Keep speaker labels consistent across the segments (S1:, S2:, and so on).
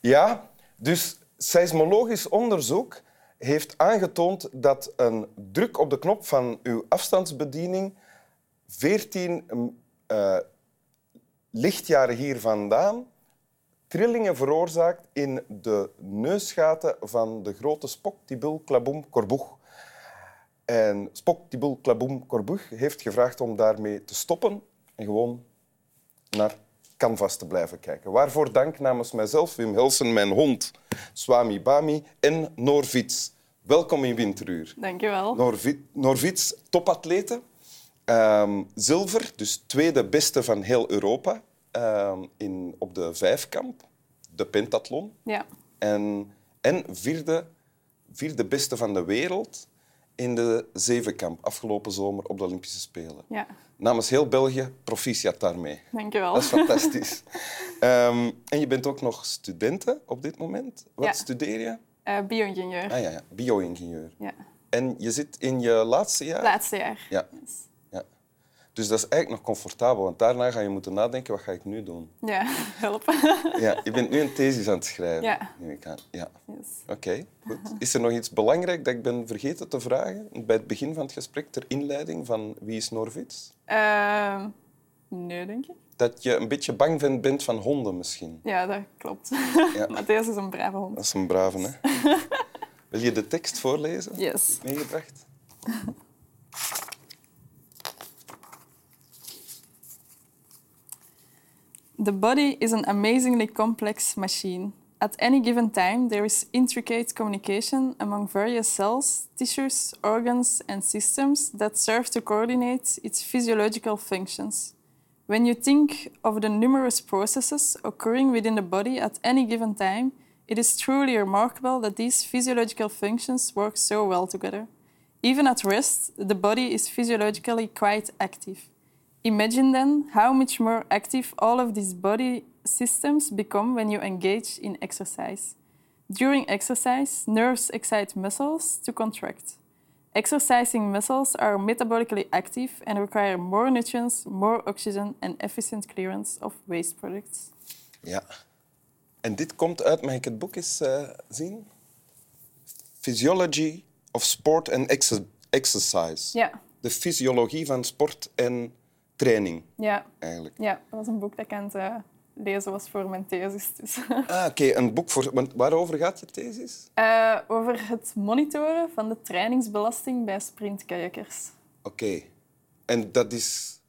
S1: Ja, dus seismologisch onderzoek heeft aangetoond dat een druk op de knop van uw afstandsbediening 14 eh, lichtjaren hier vandaan trillingen veroorzaakt in de neusgaten van de grote Spoktibul Klaboem Korboeg. En Spoktibul Klaboem Korboeg heeft gevraagd om daarmee te stoppen en gewoon naar canvas te blijven kijken. Waarvoor dank namens mijzelf, Wim Helsen, mijn hond, Swami Bami en Norvits. Welkom in Winteruur.
S2: Dank je wel.
S1: Norvi- Norvits, topatlete. Ehm, zilver, dus tweede beste van heel Europa ehm, in, op de vijfkamp, de pentathlon.
S2: Ja.
S1: En, en vierde, vierde beste van de wereld in de zevenkamp afgelopen zomer op de Olympische Spelen.
S2: ja,
S1: Namens heel België, proficiat daarmee.
S2: dank je wel.
S1: Dat is fantastisch. Ehm, en je bent ook nog studenten op dit moment. Wat
S2: Ja.
S1: studeer je?
S2: Eh, Bio-ingenieur.
S1: Ah ja, ja, bio-ingenieur.
S2: Ja.
S1: En je zit in je laatste jaar?
S2: Laatste jaar.
S1: Ja. ja. Dus dat is eigenlijk nog comfortabel, want daarna ga je moeten nadenken, wat ga ik nu doen?
S2: Ja, help.
S1: Ja, je bent nu een thesis aan het schrijven.
S2: Ja.
S1: neem ik aan. Ja.
S2: Yes.
S1: Oké, goed. Is er nog iets belangrijk dat ik ben vergeten te vragen bij het begin van het gesprek, ter inleiding van Wie is Norvits?
S2: Ehm, nee, denk ik.
S1: Dat je een beetje bang bent- bent van honden misschien.
S2: Ja, dat klopt.
S1: Ja.
S2: Matthias is een brave hond.
S1: Dat is een brave, hè? Wil je de tekst voorlezen?
S2: Yes.
S1: Meegebracht?
S2: The body is an amazingly complex machine. At any given time, there is intricate communication among various cells, tissues, organs, and systems that serve to coordinate its physiological functions. When you think of the numerous processes occurring within the body at any given time, it is truly remarkable that these physiological functions work so well together. Even at rest, the body is physiologically quite active. Imagine then how much more active all of these body systems become when you engage in exercise. During exercise, nerves excite muscles to contract. Exercising muscles are metabolically active and require more nutrients, more oxygen, and efficient clearance of waste products.
S1: Ja. En dit komt uit, mag ik het boek eens eh, zien? Physiology of Sport and Exe- Exercise.
S2: Ja,
S1: De fysiologie van sport en training,
S2: ja,
S1: eigenlijk.
S2: ja. Dat was een boek dat ik aan het eh, lezen was voor mijn thesis. Dus.
S1: Ah, oké, een boek voor... Want waarover gaat je thesis?
S2: Eh, over het monitoren van de trainingsbelasting bij sprintkajakers.
S1: Oké. En dat is,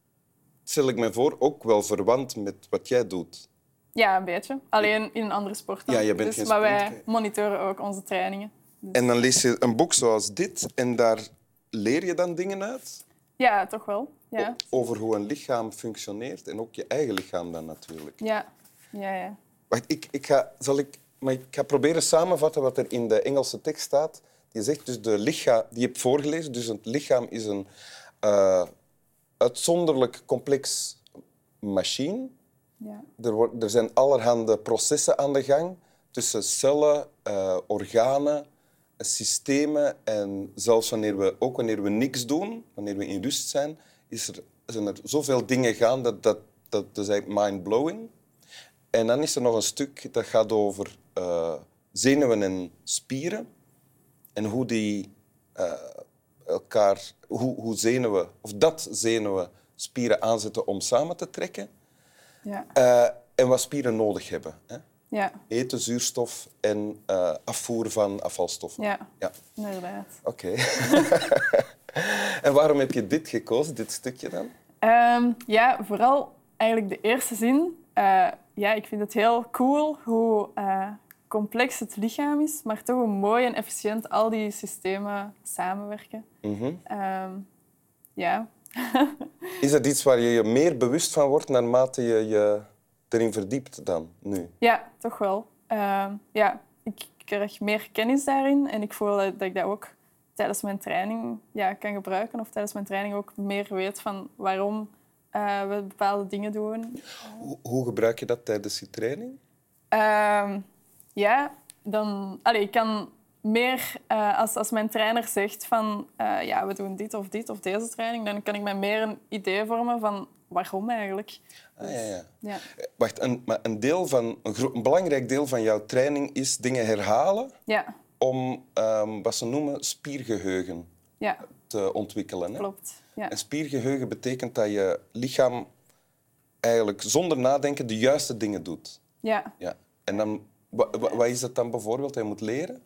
S1: stel ik me voor, ook wel verwant met wat jij doet.
S2: Ja, een beetje. Alleen in een andere sport. dan.
S1: Ja, je bent
S2: dus,
S1: geen
S2: Maar wij
S1: sprinter.
S2: monitoren ook onze trainingen.
S1: En dan lees je een boek zoals dit en daar leer je dan dingen uit
S2: Ja, toch wel. Ja,
S1: O- over hoe een lichaam functioneert en ook je eigen lichaam dan natuurlijk.
S2: ja, ja. ja.
S1: Wacht, ik, ik, ga, zal ik, maar ik ga proberen samenvatten wat er in de Engelse tekst staat. Die zegt dus de lichaam, die heb voorgelezen, dus het lichaam is een eh, uitzonderlijk complex machine.
S2: ja.
S1: Er, wordt, er zijn allerhande processen aan de gang tussen cellen, eh, organen, systemen en zelfs wanneer we, ook wanneer we niks doen, wanneer we in rust zijn, is er, zijn er zoveel dingen gaan dat dat, dat is eigenlijk mind-blowing. En dan is er nog een stuk dat gaat over eh, zenuwen en spieren en hoe die eh, elkaar, hoe, hoe zenuwen, of dat zenuwen spieren aanzetten om samen te trekken.
S2: ja.
S1: Eh, en wat spieren nodig hebben. Hè?
S2: ja.
S1: Eten, zuurstof en eh, afvoer van afvalstoffen.
S2: Ja.
S1: Ja,
S2: inderdaad.
S1: oké. en waarom heb je dit gekozen, dit stukje dan?
S2: Ehm, ja, vooral eigenlijk de eerste zin. Eh, ja, ik vind het heel cool hoe eh, complex het lichaam is, maar toch hoe mooi en efficiënt al die systemen samenwerken.
S1: Mhm.
S2: Ehm, ja,
S1: Is dat iets waar je je meer bewust van wordt naarmate je je erin verdiept dan nu?
S2: Ja, toch wel. Ehm, ja, ik krijg meer kennis daarin en ik voel dat ik dat ook tijdens mijn training ja, kan gebruiken of tijdens mijn training ook meer weet van waarom eh, we bepaalde dingen doen.
S1: Hoe, hoe gebruik je dat tijdens je training?
S2: Ehm, ja, dan... Allee, ik kan meer... eh, als, als mijn trainer zegt van... eh, ja, we doen dit of dit of deze training... dan kan ik mij meer een idee vormen van... waarom eigenlijk?
S1: Ah, ja, ja.
S2: Ja.
S1: Wacht, een, maar een, deel van, een, gro- een belangrijk deel van jouw training is dingen herhalen
S2: Ja,
S1: om ehm, wat ze noemen spiergeheugen
S2: ja
S1: te ontwikkelen. Hè?
S2: klopt. Ja.
S1: En spiergeheugen betekent dat je lichaam eigenlijk zonder nadenken de juiste dingen doet.
S2: Ja.
S1: Ja. En dan, wa- wa- wat is dat dan bijvoorbeeld? Hij moet leren?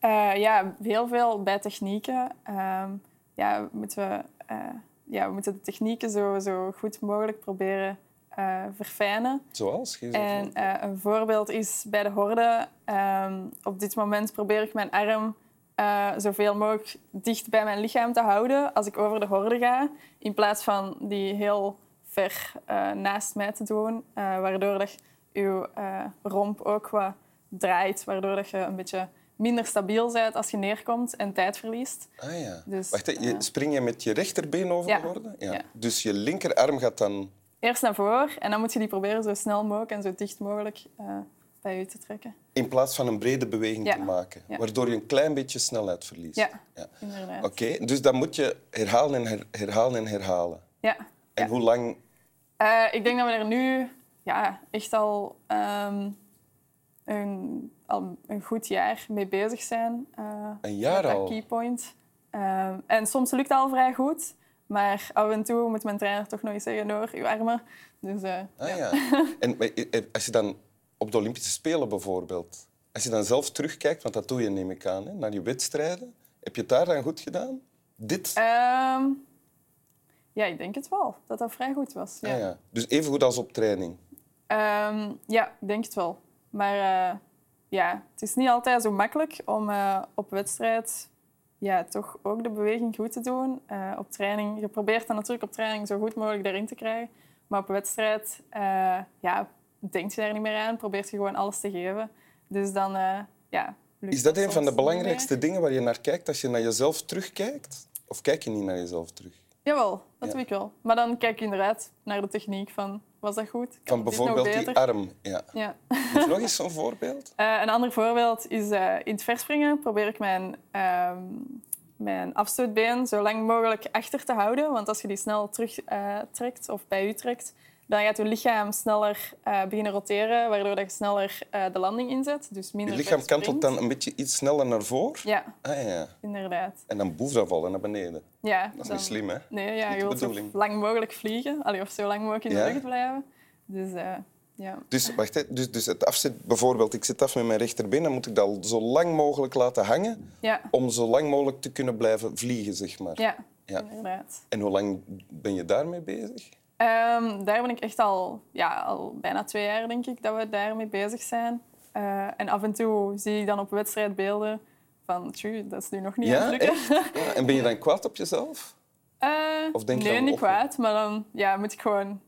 S2: Eh, ja, heel veel bij technieken. Ehm, ja, moeten we, eh, ja, we moeten de technieken zo, zo goed mogelijk proberen eh, verfijnen.
S1: Zoals? Geef eens een
S2: En eh, een voorbeeld is bij de horde. Ehm, op dit moment probeer ik mijn arm eh, zoveel mogelijk dicht bij mijn lichaam te houden als ik over de horde ga. In plaats van die heel ver eh, naast mij te doen. eh, waardoor dat je eh, romp ook wat draait. Waardoor dat je een beetje minder stabiel bent als je neerkomt en tijd verliest.
S1: Ah ja.
S2: Dus,
S1: Wacht, hè, je,
S2: eh,
S1: spring je met je rechterbeen over
S2: Ja.
S1: de horde?
S2: Ja.
S1: Dus je linkerarm gaat dan...
S2: Eerst naar voren en dan moet je die proberen zo snel mogelijk en zo dicht mogelijk eh, bij je te trekken.
S1: in plaats van een brede beweging
S2: Ja.
S1: te maken,
S2: Ja.
S1: waardoor je een klein beetje snelheid verliest.
S2: Ja.
S1: Ja.
S2: Inderdaad.
S1: Oké, dus dat moet je herhalen en her- herhalen en herhalen.
S2: Ja.
S1: En hoe lang?
S2: Eh, ik denk dat we er nu ja, echt al, ehm, een, al een goed jaar mee bezig zijn. eh,
S1: Een jaar
S2: met dat
S1: al?
S2: Keypoint. Ehm, en soms lukt dat al vrij goed. Maar af en toe moet mijn trainer toch nog eens zeggen, hoor, uw armen. Dus eh,
S1: Ah,
S2: ja.
S1: ja. en maar, eh, eh, als je dan op de Olympische Spelen bijvoorbeeld, als je dan zelf terugkijkt, want dat doe je neem ik aan, hè, naar je wedstrijden, heb je het daar dan goed gedaan? Dit?
S2: Ehm, ja, ik denk het wel. Dat dat vrij goed was. Ja,
S1: Ah, ja. Dus even goed als op training.
S2: Ehm, ja ik denk het wel. Maar eh, ja, het is niet altijd zo makkelijk om eh, op wedstrijd ja, toch ook de beweging goed te doen. Eh, op training, je probeert dan natuurlijk op training zo goed mogelijk daarin te krijgen. Maar op wedstrijd eh, ja, denk je daar niet meer aan, probeert je gewoon alles te geven. Dus dan eh, ja, lukt
S1: Is dat een
S2: soms
S1: van de
S2: niet meer.
S1: belangrijkste dingen waar je naar kijkt als je naar jezelf terugkijkt? Of kijk je niet naar jezelf terug?
S2: Jawel, dat
S1: Ja.
S2: doe ik wel. Maar dan kijk je inderdaad naar de techniek van, was dat goed?
S1: Van
S2: Kan dit nog
S1: bijvoorbeeld die
S2: beter?
S1: arm. Ja.
S2: Ja.
S1: Geef nog eens zo'n voorbeeld.
S2: Eh, een ander voorbeeld is eh, in het verspringen probeer ik mijn, ehm, mijn afstootbeen zo lang mogelijk achter te houden. Want als je die snel terugtrekt trekt of bij u trekt, dan gaat je lichaam sneller eh, beginnen roteren, waardoor dat je sneller eh, de landing inzet. Dus
S1: Je
S2: minder
S1: lichaam
S2: verspringt.
S1: kantelt dan een beetje iets sneller naar voren.
S2: Ja,
S1: Ah, ja.
S2: inderdaad.
S1: En dan boef dat vallen naar beneden.
S2: Ja,
S1: Dat is
S2: dan-
S1: niet slim, hè?
S2: Nee, ja,
S1: niet
S2: je
S1: de
S2: wilt zo
S1: bedoeling.
S2: lang mogelijk vliegen. Allee, of zo lang mogelijk in de
S1: Ja.
S2: lucht blijven. Dus eh, ja.
S1: Dus, wacht, hè. Dus, dus het afzet, bijvoorbeeld, ik zit af met mijn rechterbeen, dan moet ik dat al zo lang mogelijk laten hangen
S2: Ja.
S1: om zo lang mogelijk te kunnen blijven vliegen, zeg maar.
S2: ja,
S1: Ja.
S2: inderdaad.
S1: En hoe lang ben je daarmee bezig?
S2: Ehm, daar ben ik echt al, ja, al bijna twee jaar, denk ik, dat we daarmee bezig zijn. Eh, en af en toe zie ik dan op wedstrijdbeelden van, tjoe, dat is nu nog niet aan het lukken.
S1: echt? Ja. En ben je dan kwaad op jezelf?
S2: Eh,
S1: Of denk je
S2: nee,
S1: dan,
S2: niet
S1: "Och."
S2: kwaad, maar dan ja, moet ik gewoon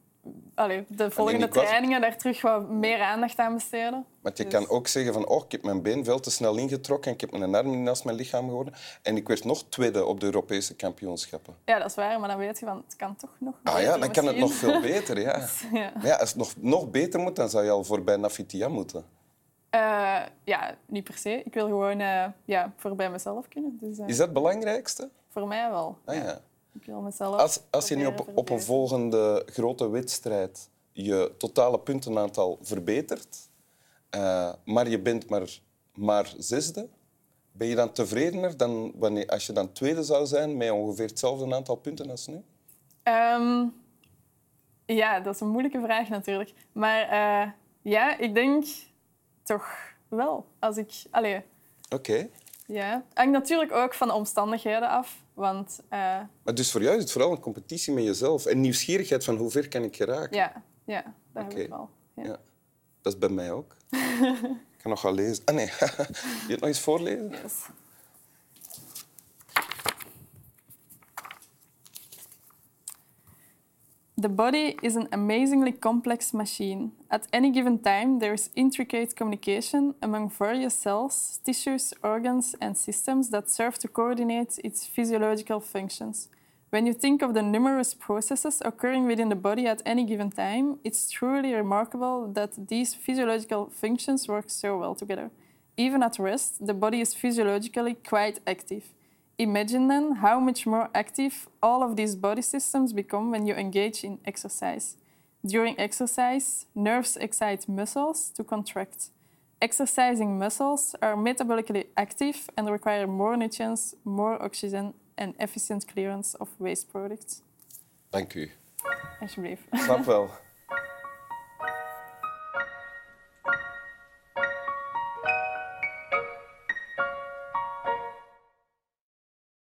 S2: allee, de volgende
S1: niet kwaad.
S2: trainingen daar terug wat meer aandacht aan besteden.
S1: Want je
S2: Dus-
S1: kan ook zeggen van, oh, ik heb mijn been veel te snel ingetrokken en ik heb mijn arm niet naast mijn lichaam geworden. En ik werd nog tweede op de Europese kampioenschappen.
S2: Ja, dat is waar, maar dan weet je van, het kan toch nog
S1: Ah ja,
S2: beter
S1: dan kan het nog
S2: misschien.
S1: veel beter, ja.
S2: Dus, ja.
S1: Maar ja, als het nog, nog beter moet, dan zou je al voorbij Nafitia moeten.
S2: Eh, ja, niet per se. Ik wil gewoon eh, ja, voorbij mezelf kunnen. Dus eh,
S1: Is dat het belangrijkste?
S2: voor mij wel.
S1: Ah,
S2: Ja,
S1: ja.
S2: Ik wil mezelf...
S1: als, als je nu op,
S2: proberen
S1: op een
S2: verbeteren.
S1: volgende grote wedstrijd je totale puntenaantal verbetert, eh, maar je bent maar, maar zesde, ben je dan tevredener dan wanneer, als je dan tweede zou zijn met ongeveer hetzelfde aantal punten als nu?
S2: Ehm, ja, dat is een moeilijke vraag natuurlijk. Maar eh, ja, ik denk toch wel. Als ik, allee,
S1: Oké.
S2: ja. Hangt natuurlijk ook van de omstandigheden af. Want eh,
S1: Maar dus voor jou is het vooral een competitie met jezelf en nieuwsgierigheid van hoe ver kan ik geraken.
S2: ja, ja, dat heb
S1: Oké.
S2: ik wel. Ja.
S1: Ja. Dat is bij mij ook. ik kan nog wel lezen. Ah nee, je het nog eens voorlezen?
S2: Yes. The body is an amazingly complex machine. At any given time, there is intricate communication among various cells, tissues, organs, and systems that serve to coordinate its physiological functions. When you think of the numerous processes occurring within the body at any given time, it's truly remarkable that these physiological functions work so well together. Even at rest, the body is physiologically quite active. Imagine then how much more active all of these body systems become when you engage in exercise. During exercise, nerves excite muscles to contract. Exercising muscles are metabolically active and require more nutrients, more oxygen and efficient clearance of waste products.
S1: Dank u.
S2: Alsjeblieft.
S1: Snap wel.